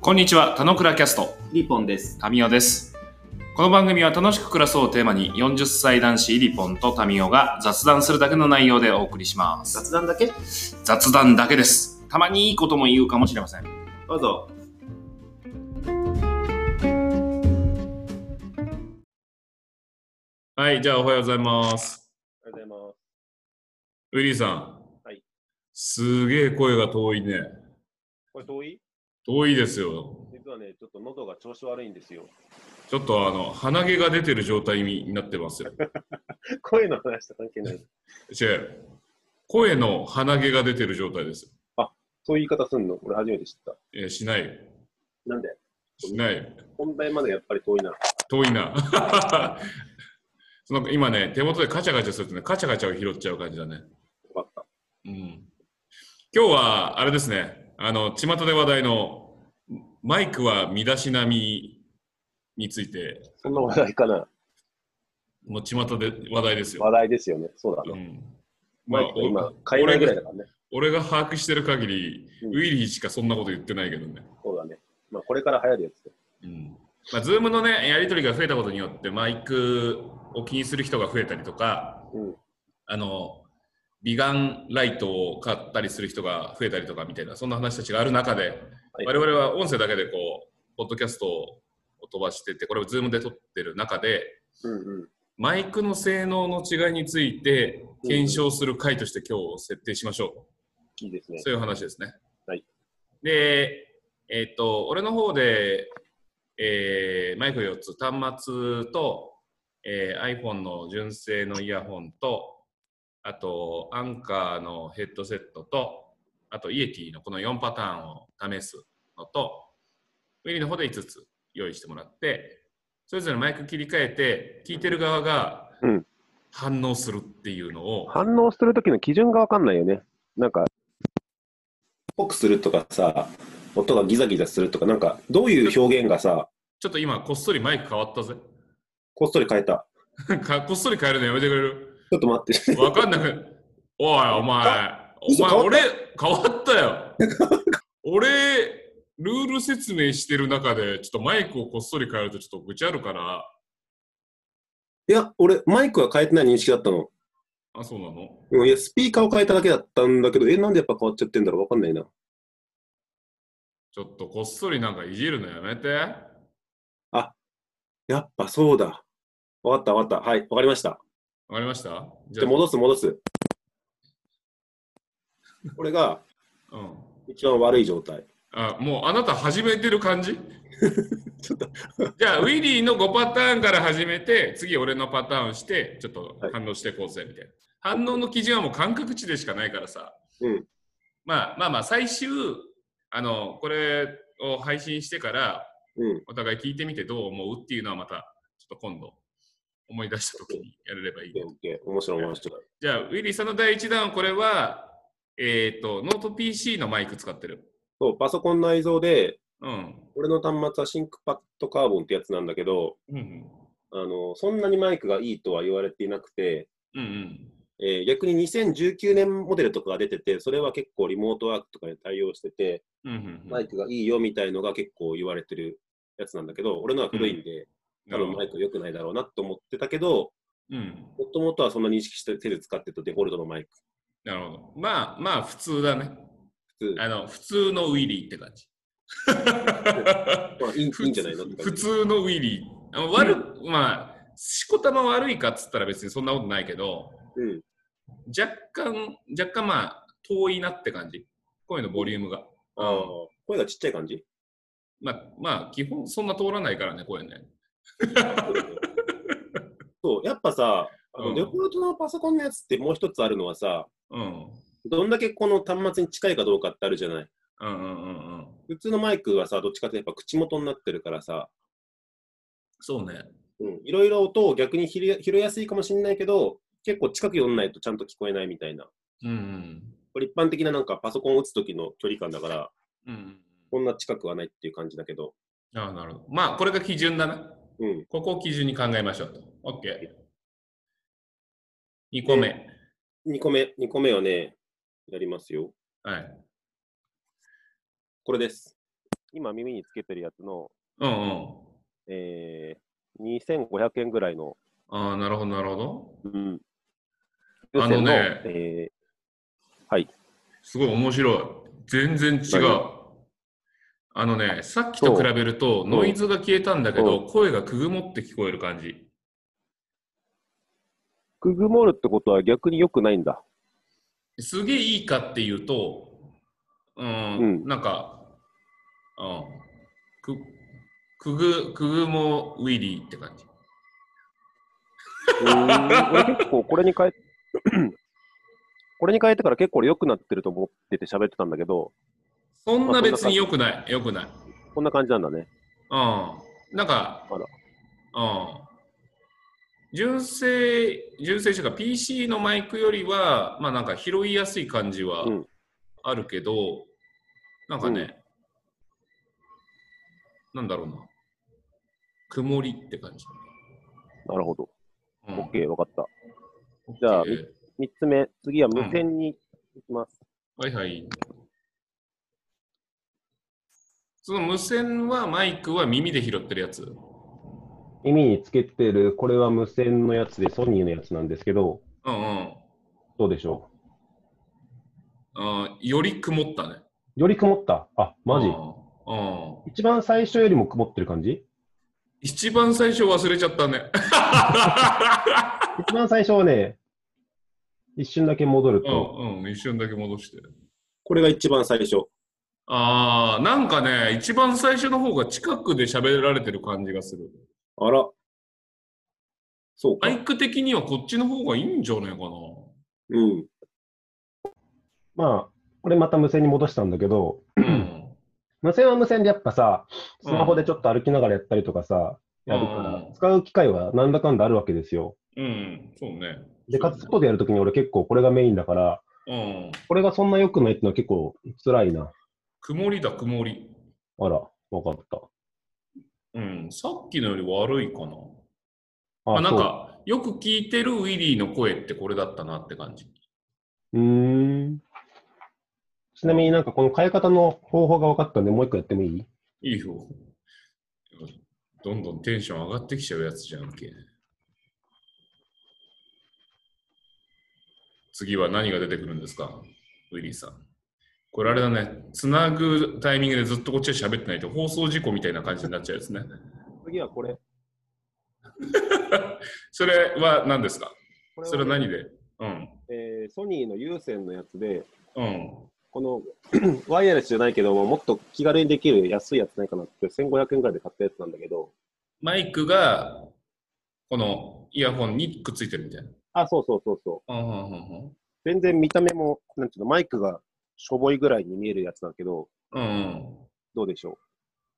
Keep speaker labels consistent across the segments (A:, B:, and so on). A: こんにちは、田野倉キャスト、
B: リポンです。
A: タミオです。この番組は楽しく暮らそうをテーマに、40歳男子リポンとタミオが雑談するだけの内容でお送りします。
B: 雑談だけど
A: 雑談だけです。たまにいいことも言うかもしれません。
B: うぞ。
A: はい、じゃあおはようございます。
B: ありがとうございます。
A: ウィリーさん。
B: はい。
A: すげえ声が遠いね。
B: これ遠い
A: 遠いですよ。
B: 実はね、ちょっと喉が調子悪いんですよ。
A: ちょっとあの、鼻毛が出てる状態になっ てますよ。
B: 声の話と関係ない。
A: 違う。声の鼻毛が出てる状態です。
B: そういう言い方すんの俺初めて知った。
A: えーしないよ。
B: なんで
A: しないよ。
B: 本題までやっぱり遠いな。
A: 遠いな。 その今ね、手元でカチャカチャするとね、カチャカチャを拾っちゃう感じだね。
B: 分かった。
A: うん、今日は、あれですね、あの、巷で話題のマイクは身だしなみについて、
B: そんな話題かな
A: もう巷で話題です
B: 話
A: よ。
B: 題ですよね。そうだ
A: う
B: ね。
A: んま
B: マ
A: あ
B: イクが、
A: お
B: 今、買えないぐらいだからね。
A: 俺が把握してる限り、
B: うん
A: ウィリーしかそんなこと言ってないけどね。
B: そうだね。まあ、これから流行るやつで。
A: うんまあ、ズームのね、やり取りが増えたことによって、マイクを気にする人が増えたりとか、
B: うん
A: あの、美顔ライトを買ったりする人が増えたりとかみたいな、そんな話たちがある中で、
B: はい
A: 我々は音声だけでこう、ポッドキャストを飛ばしてて、これをズームで撮ってる中で、
B: うんうん。
A: マイクの性能の違いについて検証する回として今日設定しましょう。
B: いいですね。
A: そういう話ですね。
B: はい、
A: で、えっと、俺の方で、えーマイク4つ、端末と、えー iPhone の純正のイヤホンと、あと、アンカーのヘッドセットと、あと、イエティのこの4パターンを試すのと、ウィリーの方で5つ用意してもらって、それぞれマイク切り替えて、聞いてる側が
B: うん
A: 反応するっていうのを、
B: 反応するときの基準が分かんないよね。なんか、ぽくするとかさ、音がギザギザするとか、なんか、どういう表現がさ、
A: ちょっと今、こっそりマイク変わったぜ。
B: こっそり変えた。
A: かこっそり変えるのやめてくれる
B: ちょっと待って。
A: わかんなくおいお前お
B: 嘘
A: 前
B: 変わっ
A: 俺変わったよ 俺ルール説明してる中でちょっとマイクをこっそり変えるとちょっと愚痴あるから
B: いや、俺、マイクは変えてない認識だったの。
A: あそうなの
B: うんいや、スピーカーを変えただけだったんだけど、え、なんでやっぱ変わっちゃってんだろうわかんないな。
A: ちょっとこっそりなんかいじるのやめて
B: やっぱそうだ。わかったわかった。はい、わかりました。
A: わかりました
B: じ
A: じ
B: ゃあ戻す戻す。これが
A: うん
B: 一番悪い状態。
A: あもうあなた始めてる感じ
B: ちょっと
A: じゃあウィリーの5パターンから始めて次俺のパターンしてちょっと
B: はい
A: 反応してこうぜみたいな、反応の基準はもう感覚値でしかないからさ、
B: うん
A: まあまあまあ最終あのこれを配信してから
B: うん。
A: お互い聞いてみてどう思うっていうのはまたちょっと今度思い出した時にやれればいい
B: オッケーオッケー。面白い面白い。
A: じゃあウィリーさんの第1弾これはえっ、とノート PC のマイク使ってる
B: そう、パソコン内蔵で、
A: うん
B: 俺の端末はシンクパッドカーボンってやつなんだけど、
A: うんうん
B: あの、そんなにマイクがいいとは言われていなくて、
A: うんうん
B: えー逆に2019年モデルとかが出てて、それは結構リモートワークとかに対応してて、
A: うんうんうん
B: マイクがいいよみたいのが結構言われてるやつなんだけど、俺のは古いんで、
A: な
B: 多
A: る
B: 分
A: ほど
B: マイク良くないだろうなと思ってたけど、
A: うん、
B: もともとはそんな認識して手で使ってたデフォルトのマイク。
A: なるほど。まあまあ普通だね。
B: 普通、
A: あの普通のウィリーって感じ。
B: まあ、いい いいんじゃないのって
A: 普
B: 感じ。
A: 通のウィリー。あの悪まあしこたま悪いかっつったら別にそんなことないけど、
B: うん、
A: 若干若干まあ遠いなって感じ。声のボリュームが。
B: ああ、声がちっちゃい感 じ
A: まあまあ基本そんな通らないからね声ね。
B: そう、やっぱさ、あ
A: う
B: の
A: ん
B: デフォルトのパソコンのやつってもう一つあるのはさ、
A: うん
B: どんだけこの端末に近いかどうかってあるじゃない。
A: うんうんうんうん。
B: 普通のマイクはさ、どっちかってやっぱ口元になってるからさ、
A: そうね。
B: うん、いろいろ音を逆に拾い拾いやすいかもしれないけど、結構近く読んないとちゃんと聞こえないみたいな。
A: うん
B: これ一般的ななんかパソコンを打つ時の距離感だから、
A: うん。うん。
B: こんな近くはないっていう感じだけど。
A: ああなるほど。まあこれが基準だな。
B: うん。
A: ここを基準に考えましょうと。OK。2個目。
B: 2個目、2個目はね、やりますよ。
A: はい。
B: これです。今耳につけてるやつの、
A: うんうん。
B: えー、2500円ぐらいの、
A: ああ、なるほど、なるほど。
B: うん。
A: あのね
B: 有線え
A: すごい面白い。全然違う。あのね、さっきと比べると
B: う
A: ノイズが消えたんだけど、声がくぐもって聞こえる感じ。
B: ーくぐもるってことは逆に良くないんだ。
A: すげえいいかっていうと、うん、
B: うん
A: なんか、うん、く、くぐ、くぐもウィリーって感じ。
B: うーん俺結構これに変え、 これに変えてから結構俺良くなってると思ってて喋ってたんだけど、
A: そんな別に良くない、良くない。
B: こんな感じなんだね。
A: うん。なんか、
B: あら
A: うん。純正、純正というか PC のマイクよりは、まあなんか拾いやすい感じは
B: うん
A: あるけど、なんかね、なんだろうな。曇りって感じ。
B: なるほど。
A: うん
B: OK、わかった。じゃあ
A: OK
B: 3つ目、次は無線に行きます。
A: はいはい。その無線はマイクは耳で拾ってるやつ。
C: 耳につけてる、これは無線のやつで、ソニーのやつなんですけど、
A: うんうん。
C: どうでしょ
A: あーより曇ったね。
C: うより曇った。あ、マジ
A: うんうん。
C: 一番最初よりも曇ってる感じ
A: 一番最初忘れちゃったね。
C: 一番最初はね、一瞬だけ戻る
A: う
C: と、
A: んうん、一瞬だけ戻して。
B: これが一番最初。
A: ああ、なんかね、一番最初の方が近くで喋られてる感じがする。
B: あら。そうか。
A: マイク的にはこっちの方がいいんじゃないかな。
B: うん。
C: まあ、これまた無線に戻したんだけど、
A: うん。
C: 無線は無線でやっぱさ、スマホでちょっと歩きながらやったりとかさ、やるか
A: うん
C: ら、使う機会はなんだかんだあるわけですよ。
A: うん、そうね。
C: で、かつ、外でやるときに俺結構これがメインだから、
A: うん。
C: これがそんな良くないってのは結構辛いな。
A: 曇りだ、曇り。
C: あら、わかった。
A: うん、さっきのより悪いかな。
C: あ
A: あなん
C: そう
A: か、よく聞いてるウィリーの声ってこれだったなって感じ。
C: うーん。ちなみになんかこの変え方の方法が分かったんで、もう一個やってもいい
A: いいよ。どんどんテンション上がってきちゃうやつじゃんけ。次は何が出てくるんですかウィリーさん。これあれだね、つなぐタイミングでずっとこっちで喋ってないと放送事故みたいな感じになっちゃうやつね。
B: 次はこれ。
A: それは何ですか
B: こ
A: それは何でうん。
B: えーソニーの有線のやつで、
A: うん。
B: この ワイヤレスじゃないけども、もっと気軽にできる安いやつないかなって、1500円ぐらいで買ったやつなんだけど、
A: マイクが、このイヤホンにくっついてるみたいな。
B: あ、そうそうそうそう。
A: うんうんうん
B: 全然見た目も、なんていうの、マイクがしょぼいぐらいに見えるやつだけど、
A: うん。うんうん
B: どうでしょ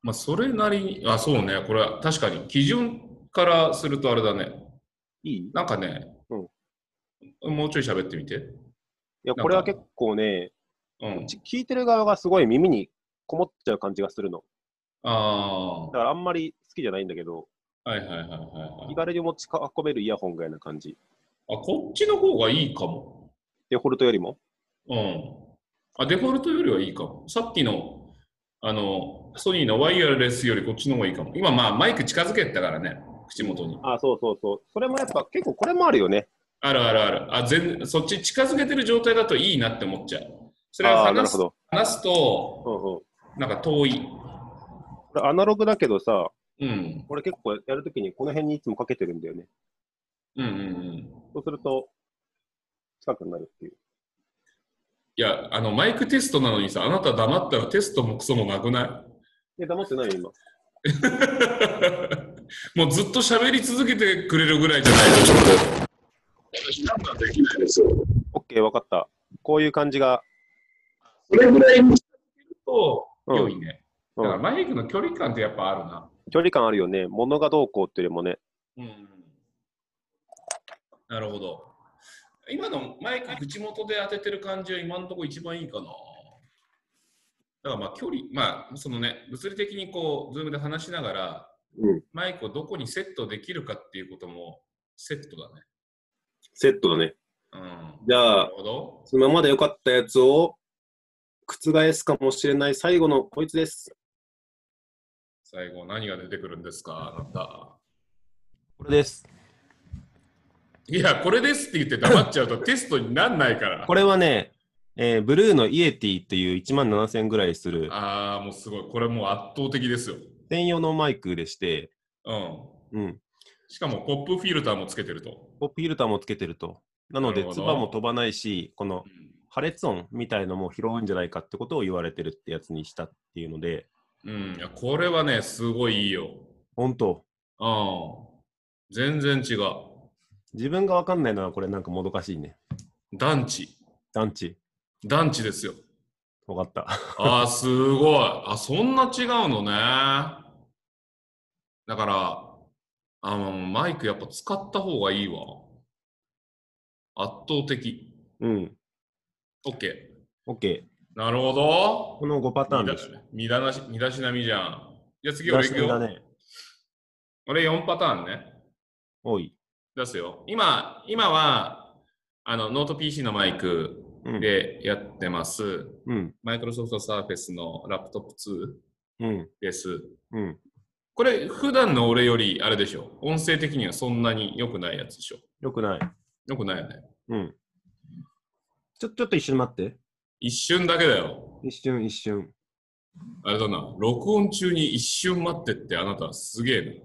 A: まあ、それなりに、あ、そうね、これは確かに、基準からするとあれだね、
B: ういいい
A: なんかね、もうちょい喋ってみて。
B: や、
A: か
B: これは結構ね、
A: うん。
B: ち聞いてる側がすごい耳にこもっちゃう感じがするの。
A: あ
B: だからあんまり好きじゃないんだけど、
A: あ、はいはいはいはい、は
B: 気
A: い。
B: 軽に持ち運べるイヤホンぐらいな感じ。
A: あ、こっちの方がいいかも。
B: デフォルトよりも。
A: うん。あ、デフォルトよりはいいかも。さっきの、あの、ソニーのワイヤレスよりこっちの方がいいかも。今、まあ、マイク近づけたからね、口元に。
B: あ、そうそうそう。それもやっぱ結構これもあるよね。
A: あるあるある。あ、全、そっち近づけてる状態だといいなって思っちゃう。それは
B: ああー、なる
A: 話
B: ほ
A: す
B: ど。
A: 話すと、
B: うんうん。
A: なんか遠い。
B: これアナログだけどさ、
A: うん。
B: これ結構やるときにこの辺にいつもかけてるんだよね。
A: うんうんうん。
B: そうすると、近くになるっていう。
A: いや、あの、マイクテストなのにさ、あなた黙ったらテストもクソもなくな
B: え、黙ってないよ、今。
A: い もうずっと喋り続けてくれるぐらいじゃないと、ちょっと。私、なんかできないですよ。
B: OK、わかった。こういう感じが。
A: それぐらいにしてると、
B: うん
A: 良いね。だ
B: うん
A: からマイクの距離感ってやっぱあるな。
B: 距離感あるよね。物がどうこうっていうよりもね。
A: うん。なるほど。今のマイク口元で当ててる感じは今のところ一番いいかな。だからまあ距離、まあそのね、物理的にこう、ズームで話しながら、
B: うん。
A: マイクをどこにセットできるかっていうこともセットだね。
B: セットだね。
A: うん。
B: じゃ
A: な
B: あ
A: る、ほど。
B: そのままで良かったやつを覆すかもしれない最後のこいつです。
A: 最後、何が出てくるんですか、あなた。
B: これです。
A: いや、これですって言って黙っちゃ うとテストになんないから。
B: これはね、えーブルーのイエティっていう1万7000円ぐらいする
A: ああ、もうすごい。これもう圧倒的ですよ。
B: 専用のマイクでして、
A: うん。
B: うん、
A: しかもコップフィルターもつけてると。
B: ポップフィルターもつけてると。なので、
A: なるほ
B: 唾
A: ど
B: も飛ばないし、この破裂音みたいのも拾うんじゃないかってことを言われてるってやつにしたっていうので、
A: うん。いやこれはね、すごいいいよ。
B: 本当、
A: うん。全然違う。
B: 自分が分かんないのはこれなんかもどかしいね。
A: 団地。
B: 団地、
A: 団地ですよ。
B: 分かった。
A: あ あ、すごい。あ、そんな違うのね。だから、あの、マイクやっぱ使った方がいいわ。圧倒的。
B: うん、
A: OK。
B: OK。
A: なるほど。
B: この5パターン
A: 身だ
B: です。
A: 身だなし身だしなみじゃん。じゃあ次
B: 出
A: 俺行
B: し
A: く
B: 手だ
A: よ。
B: ね。
A: 俺4パターンね。
B: 多い。
A: 出すよ。今、今は、あの、ノート PC のマイク
B: うん。
A: でやってます。
B: うん。
A: マイクロソフトサーフェスのラップトップ
B: うん。
A: 2です。
B: うん。
A: これ、普段の俺より、あれでしょ。音声的にはそんなに良くないやつでしょ。
B: よくない。
A: 良くないよね。
B: うん。ちょ、ちょっと一瞬待って。
A: 一瞬だけだよ。
B: 一瞬、一瞬。
A: あれだな。録音中に一瞬待ってって、あなたすげえ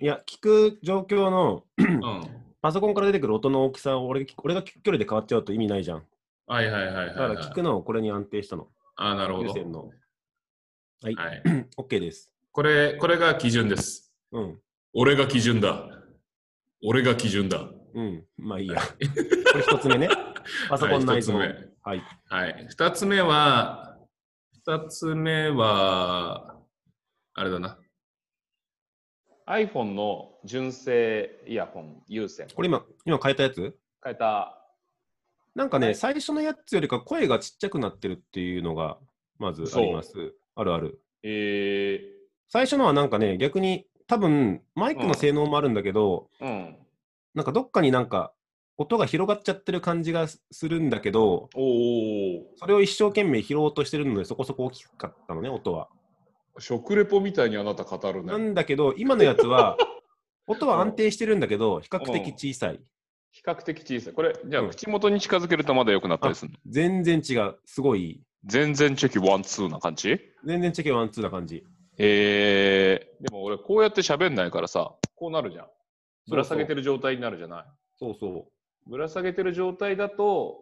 B: いや、聞く状況の、
A: な。うん。
B: パソコンから出てくる音の大きさを俺が俺が聞く距離で変わっちゃうと意味ないじゃん。
A: はいはいはいはい、
B: だか
A: はい
B: ら。聞くのをこれに安定したの。
A: ああ、なるほ
B: 優
A: ど。
B: 先の。
A: はい
B: OK です。
A: これ、これが基準です。
B: うん。
A: 俺が基準だ。俺が基準だ。
B: うん。まあいいや。これ一つ目 ね。パソコン
A: はい
B: 内
A: 一つ
B: 蔵。
A: 目。
B: はい。
A: はい。二つ目は、二つ目は、あれだな。iPhone の純正イヤホン有線。
B: これ今、今変えたやつ
A: 変えた。
B: なんかね、
A: はい
B: 最初のやつよりか声がちっちゃくなってるっていうのが、まずあります。あるある。
A: え
B: 最初のはなんかね、逆に、多分マイクの性能もあるんだけど、
A: ー、うん。
B: なんかどっかになんか、音が広がっちゃってる感じがするんだけど、
A: おお。
B: それを一生懸命拾おうとしてるので、そこそこ大きかったのね、音は。
A: 食レポみたいにあなた語る
B: な
A: ね。
B: んだけど、今のやつ は、音は安定してるんだけど、比較的小さい。
A: 比較的小さい。これ、じゃ
B: う
A: あ
B: ん
A: 口元に近づけるとまだ良くなったりするの
B: 全然違う。すごい。
A: 全然チェキワンツーな感じ
B: 全然違うワンツーな感じ。
A: えー、でも俺こうやって喋んないからさ、こうなるじゃん。ぶら下げてる状態になるじゃない。
B: そうそう。
A: ぶら下げてる状態だと、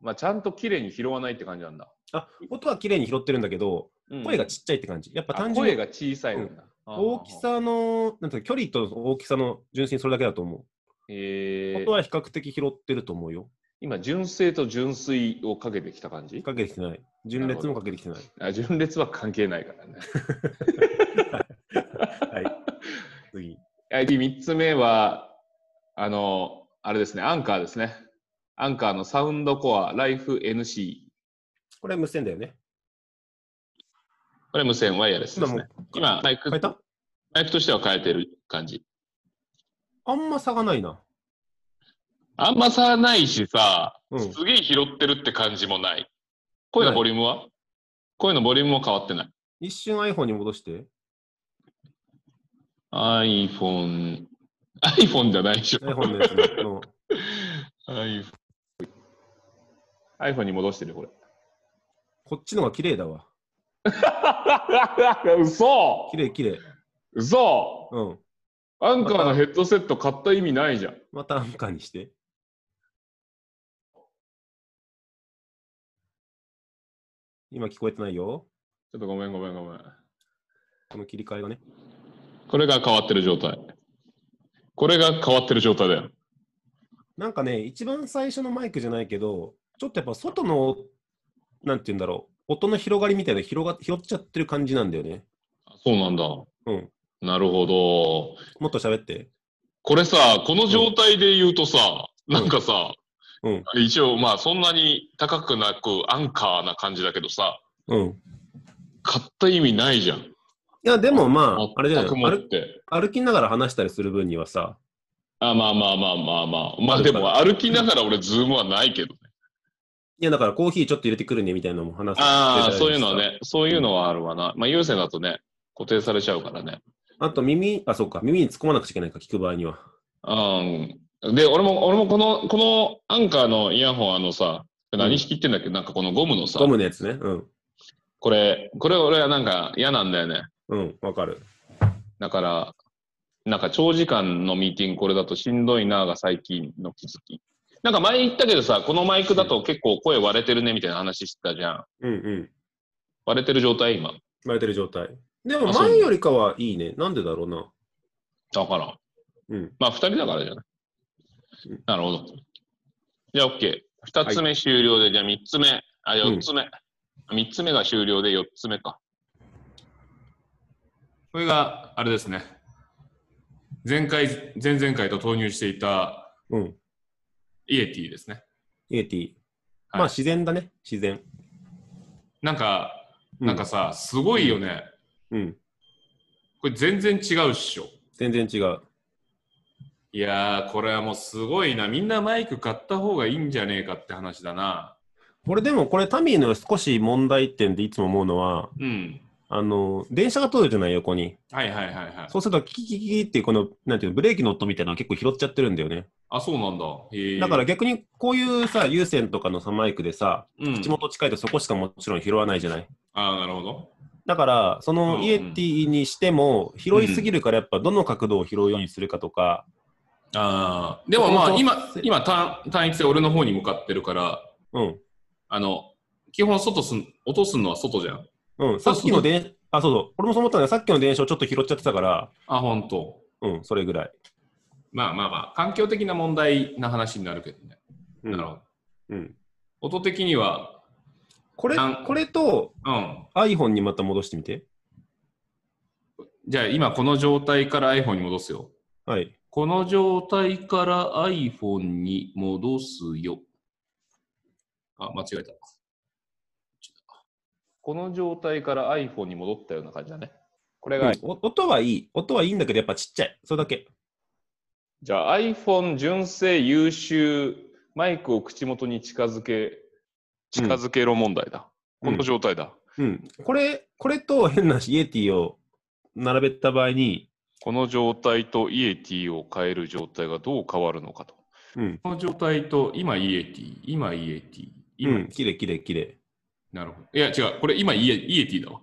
A: まあ、ちゃんと綺麗に拾わないって感じなんだ。
B: あ、音は綺麗に拾ってるんだけど、
A: うん
B: 声がちっちゃいって感じ。やっぱ
A: あ
B: 単純
A: 声
B: に
A: が小さいんだ。あー
B: 大き。さの、なんていうか、距離と大きさの純粋にそれだけだと思う。
A: え
B: 音
A: ー、
B: は比較的拾ってると思うよ。
A: 今、純正と純粋をかけてきた感じ
B: かけてきてない。純烈もかけてきてない。
A: あ純烈は関係ないからね。
B: はい。次。
A: ID3 つ目は、あの、あれですね、アンカーですね。アンカーのサウンドコア、ライフ NC。
B: これ無線だよね。
A: これ無線ワイヤレス
B: 今
A: です
B: も
A: ね
B: う。
A: 今、マイク
B: 変えた
A: マイクとしては変えてる感じ。
B: あんま差がないな。
A: あんま差ないしさ、
B: うん
A: すげえ拾ってるって感じもない。声のボリュームは声のボリュームも変わってない。
B: 一瞬 iPhone に戻して。
A: iPhone、iPhone じゃないでしょ。
B: iPhone のやつの。
A: iPhone, iPhone に戻してるよこれ。
B: こっちのが綺麗だわ。
A: 嘘
B: 綺麗綺麗。
A: 嘘
B: うん。
A: アンカーのヘッドセット買った意味ないじゃん。
B: またアンカーにして。今聞こえてないよ。
A: ちょっとごめんごめんごめん。
B: この切り替えがね。
A: これが変わってる状態。これが変わってる状態だよ。
B: なんかね、一番最初のマイクじゃないけど、ちょっとやっぱ外の、なんて言うんだろう、音の広がりみたいなの広が拾っちゃってる感じなんだよね。
A: そうなんだ。
B: うん。
A: なるほど。
B: もっと喋って。
A: これさ、この状態で言うとさ、なんかさ、
B: うん
A: 一応まあそんなに高くなくアンカーな感じだけどさ、
B: うん。い
A: 買った意味ないじゃん。
B: や、でもまあ、あれじゃ
A: 全
B: ない
A: くもっ
B: 歩
A: て。
B: 歩きながら話したりする分にはさ、
A: あまあまあまあまあまあ。ま
B: あ
A: あ
B: る
A: で
B: から
A: も歩きながら俺ズームはないけどね。
B: いや、だからコーヒーちょっと入れてくるねみたいなのも話す。
A: ああ、そういうのは。ね、そういうのはあるわな。まあ優先だとね、固定されちゃうからね。
B: あと耳、あ、そうか、耳に突っ込まなくちゃいけないか、聞く場合には。
A: うん。で、俺も、俺もこの、このアンカーのイヤホン、あのさ、何引きってんだっけ、なんかこのゴムのさ、
B: ゴムのやつね。うん。
A: これ、これ俺はなんか嫌なんだよね。
B: うん、わかる。
A: だから、なんか長時間のミーティングこれだとしんどいなが最近の気づき。なんか前言ったけどさ、このマイクだと結構声割れてるねみたいな話してたじゃん。
B: うんうん。
A: 割れてる状態今。
B: 割れてる状態。でも
A: あそう
B: 前よりかはいいね。なんでだろうな。
A: だから。
B: うん。
A: まあ、二人だからじゃない
B: うん。
A: なるほど。じゃあ、OK。二つ目終了で、じゃあ三つ目。あ、
B: うん
A: 四つ目。三、つ目が終了で四つ目か。これが、あれですね。前回、前々回と投入していた
B: うん。
A: イエティですね。
B: イエティ。
A: はい
B: まあ自然だね。自然。
A: なんか、
B: う
A: なんかさ、すごいよね。
B: うん。
A: これ全然違うっしょ。
B: 全然違う。
A: いやー、これはもうすごいな。みんなマイク買った方がいいんじゃねえかって話だな。
B: 俺でもこれタミーの少し問題点でいつも思うのは、
A: うん。
B: あの、電車が通るじゃない横に。
A: はいはいはいはい。
B: そうするとキキキキっていうこの、なんていうの、ブレーキの音みたいなのを結構拾っちゃってるんだよね。
A: あ、そうなんだ。へー
B: だから、逆にこういうさ、有線とかのさ、マイクでさ、
A: うん
B: 口、元近いとそこしかもちろん拾わないじゃない。
A: あーなるほど。
B: だから、そ
A: うん
B: のイエティにしても、拾いすぎるから、やっぱどの角度を拾うようにするかとか、
A: あーでもまあ、
B: 本当
A: 今、今単、単一で俺の方に向かってるから、
B: うん、
A: あの、基本外すん、落とすのは外じゃん。
B: うん、さっきの電、あ、そうそう、俺もそう思ったんだけどさっきの電車をちょっと拾っちゃってたから、
A: あ、ほんと。
B: うん、それぐらい。
A: まあまあまあ、環境的な問題な話になるけどね。
B: うん、
A: なるほど。
B: うん。
A: 音的には、
B: これ
A: なん、
B: これと
A: うん
B: iPhone にまた戻してみて。
A: じゃあ今この状態から iPhone に戻すよ。
B: はい。
A: この状態から iPhone に戻すよ。あ、間違えた。この状態から iPhone に戻ったような感じだね。これが、
B: うんお音はいい。音はいいんだけど、やっぱちっちゃい。それだけ。
A: じゃあ iPhone 純正優秀、マイクを口元に近づけ、近づけろ問題だ。
B: うん
A: この状態だ。
B: うん。これ、これと変なイエティを並べた場合に、
A: この状態とイエティを変える状態がどう変わるのかと。
B: うん。
A: この状態と今イエティ、今イエティ、
B: う
A: 今、
B: ん、きれいきれいきれい。
A: なるほど。いや違う、これ今イエイエティだわ。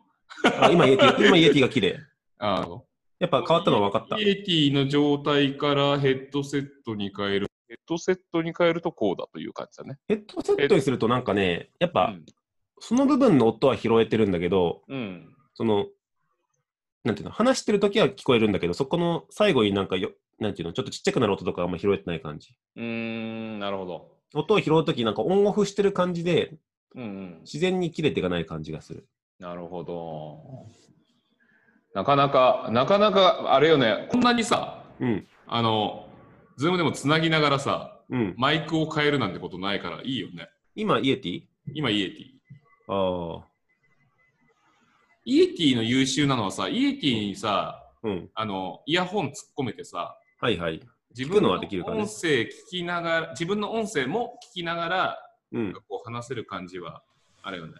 B: あ、今イエティ、今イエティがきれい。
A: あー
B: やっぱ変わったのは分かった。
A: イエティの状態からヘッドセットに変える。ヘッドセットに変えるとこうだという感じだね。
B: ヘッドセットにするとなんかね、やっ
A: う
B: ぱその部分の音は拾えてるんだけど、
A: ん。うん。
B: その、なんていうの、話してる時は聞こえるんだけど、そこの最後になんかよ、なんていうの、ちょっとちっちゃくなる音とかあんま拾えてない感じ。
A: うーん、なるほど。
B: 音を拾うときなんかオンオフしてる感じで、
A: うん、うん。
B: 自然に切れていかない感じがする。
A: なるほど。なかなか、なかなか、あれよね、こんなにさ、
B: うん、
A: あの、ズームでもつなぎながらさ、
B: うん。
A: マイクを変えるなんてことないからいいよね。
B: 今、イエティ
A: 今イエティ。
B: ああ、
A: イエティの優秀なのはさ、イエティにさ、
B: うん。
A: あの、イヤホン突っ込めてさ、
B: はいはい。
A: 自
B: 聞
A: 分
B: くの
A: の音
B: はできるからね
A: 声聞きながら、自分の音声も聞きながら、
B: うん。
A: こう話せる感じはあれよね。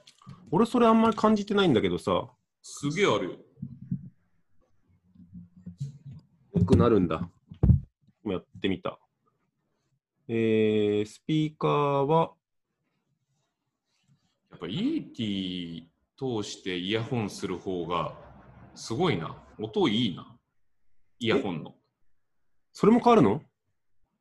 B: 俺それあんまり感じてないんだけどさ、よ
A: すげえあるよ。
B: くなるんだ。今やってみた。えー、スピーカーは、
A: やっぱ ET 通してイヤホンする方がすごいな。音いいな。イヤホンの。
B: それも変わるの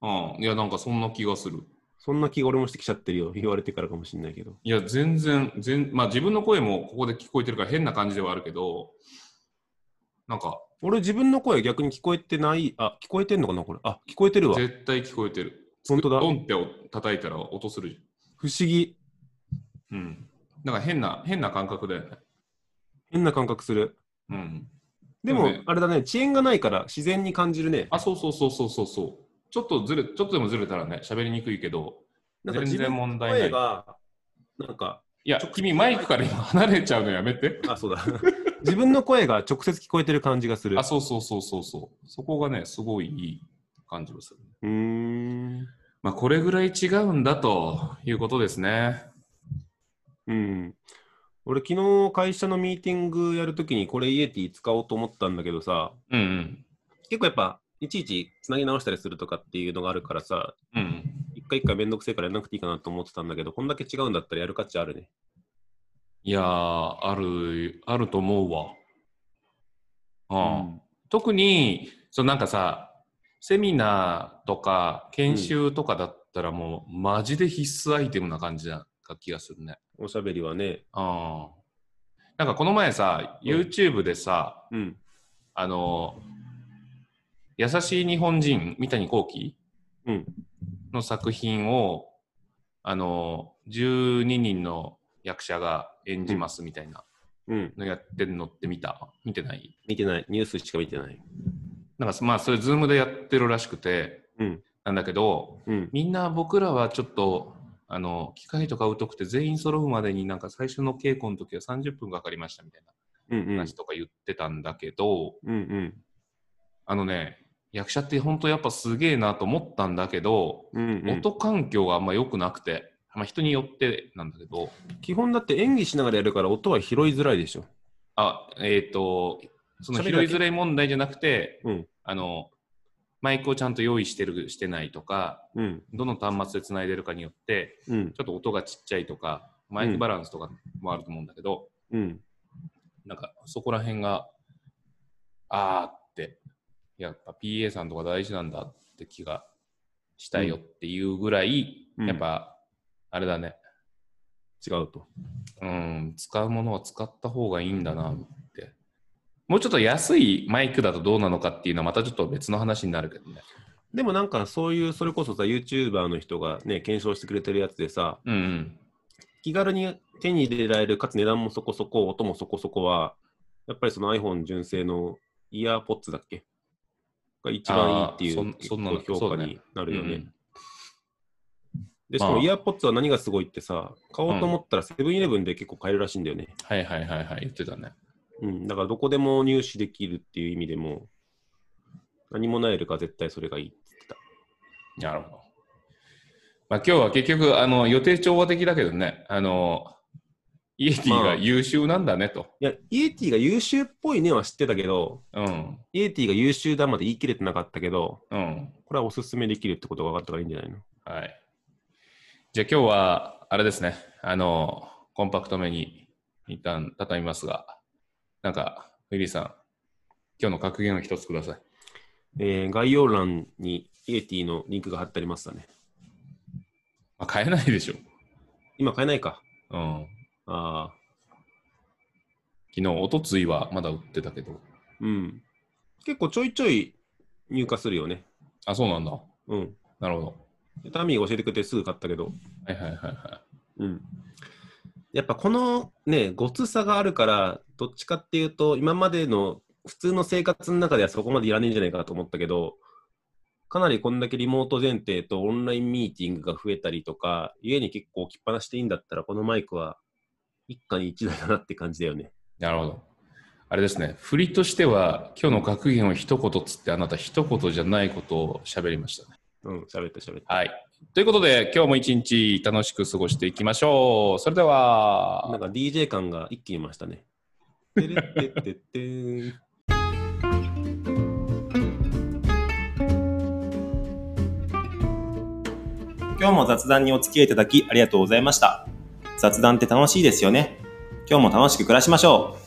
A: うん。いや、なんかそんな気がする。
B: そんな気が俺もしてきちゃってるよ。 言われてからかもしれないけど。
A: いや、全然、全まあ自分の声もここで聞こえてるから変な感じではあるけど、なんか
B: 俺自分の声逆に聞こえてない。あ、聞こえてんのかなこれ。あ、聞こえてるわ。
A: 絶対聞こえてる。
B: 本当だ
A: ドンって叩いたら音するじ
B: 不思議。
A: ゃん。うん。なんか変な、変な感覚だよね。
B: 変な感覚する。
A: うん。
B: で
A: そ
B: も、
A: うね
B: あれだね、遅延がないから自然に感じるね。
A: あ、そうそうそうそうそうそう。ちょっとずれ、ちょっとでもずれたらね、喋りにくいけど、
B: なんか
A: 全
B: 自
A: 然
B: 分の
A: 問題ない
B: 声が、なんか、
A: いや、君マイクから今離れちゃうのやめて。
B: あ、そうだ。 自分の声が直接聞こえてる感じがする。
A: あ、そうそうそうそうそう。そこがね、すごいいい感じがする。
B: うーん。
A: まあ、これぐらい違うんだということですね。
B: うん。俺昨日会社のミーティングやるときにこれイエティ使おうと思ったんだけどさ、
A: うんうん。
B: 結構やっぱいちいちつなぎ直したりするとかっていうのがあるからさ、
A: うん。
B: 一回一回めんどくせえからやらなくていいかなと思ってたんだけど、こんだけ違うんだったらやる価値あるね。
A: いやー、ある、あると思うわ。うん。特に、そのなんかさ、セミナーとか研修とかだったらもう、マジで必須アイテムな感じな気がするね。
B: おしゃべりはね。
A: うん。なんかこの前さ、YouTube でさ、
B: うん。
A: あの、優しい日本人、三谷幸喜
B: うん
A: の作品を、あの、12人の役者が演じますみたいな
B: うん。
A: のやってるのって見た見てない
B: 見てない。ニュースしか見てない。
A: なんかまあ、それ、ズームでやってるらしくて、
B: うん
A: なんだけど、
B: うん。
A: みんな僕らはちょっと、あの、機械とか疎くて全員揃うまでになんか最初の稽古の時は30分かかりましたみたい
B: うん
A: な
B: うん。
A: 話とか言ってたんだけど、
B: うんうん。
A: あのね、役者って本当やっぱすげえなと思ったんだけど、
B: うんうん、
A: 音環境があんま良くなくて、まあ、人によってなんだけど、
B: 基本だって演技しながらやるから音は拾いづらいでしょ。
A: あ、えっ、と、その拾
B: 喋
A: い
B: るだけ
A: づらい問題じゃなくて、
B: うん
A: あの、マイクをちゃんと用意してる、してないとか、
B: うん。
A: どの端末でつないでるかによって、
B: うん。
A: ちょっと音がちっちゃいとか、マイクバランスとかもあると思うんだけど、
B: うん。
A: なんかそこら辺が、あーって、やっぱ PA さんとか大事なんだって気がしたよっていうぐらい、
B: うん
A: やっぱ、あれだね、
B: 違うと。
A: うん、使うものは使った方がいいんだなって。もうちょっと安いマイクだとどうなのかっていうのはまたちょっと別の話になるけどね。
B: でもなんかそういう、それこそさ、YouTuber の人がね、検証してくれてるやつでさ、
A: うんうん。
B: 気軽に手に入れられる、かつ値段もそこそこ、音もそこそこは、やっぱりその iPhone 純正のイヤーポッツだっけが一番いいって
A: あ
B: いう
A: ーそんそんなの
B: 結構評
A: そう
B: 価
A: だね
B: になるよね。
A: うん
B: で、しかも
A: まあ
B: イヤーポッツは何がすごいってさ、買おうと思ったらセブンイレブンで結構買えるらしいんだよね。
A: はいはいはいはい、言ってたね。
B: うん、だからどこでも入手できるっていう意味でも、何もないよりかは絶対それがいいって言ってた。
A: なるほど。まあ今日は結局、あの、予定調和的だけどね、あの、イエティ
B: ま
A: が
B: あ
A: 優秀なんだねと。
B: いや、イエティが優秀っぽいねは知ってたけど、
A: うん。
B: イエティが優秀だまで言い切れてなかったけど、
A: うん。
B: これはおすすめできるってことが分かったからいいんじゃないの
A: はい。じゃあ今日は、あれですね、あの、コンパクトめに一旦畳みますが、なんか、ウィリーさん、今日の格言を一つください。
B: えー概要欄にイエティのリンクが貼ってありましたね。
A: まあ、変えないでしょ。
B: 今買えないか。
A: うん。
B: あ
A: 昨日、おとついはまだ売ってたけど。
B: あ、うん。結構ちょいちょい入荷するよね。
A: あ、そうなんだ。
B: うん。
A: なるほど。
B: タミーが教えてくれてすぐ買ったけど、
A: はいはいはいは
B: うん。やっぱこのね、ごつさがあるから、どっちかっていうと、今までの普通の生活の中ではそこまでいらねえんじゃないかと思ったけど、かなりこんだけリモート前提とオンラインミーティングが増えたりとか、家に結構置きっぱなしでいいんだったら、このマイクは一家に一台だなって感じだよね。
A: い。なるほど。あれですね、振りとしては、今日の格言を一言つって、あなた一言じゃないことを喋りましたね。
B: うん、喋った喋った。
A: はい。ということで、今日も一日楽しく過ごしていきましょう。それでは
B: なん。か DJ 感が一気に増したね。てれってってってーん
D: 今日も雑談にお付き合いいただきありがとうございました。雑談って楽しいですよね。今日も楽しく暮らしましょう。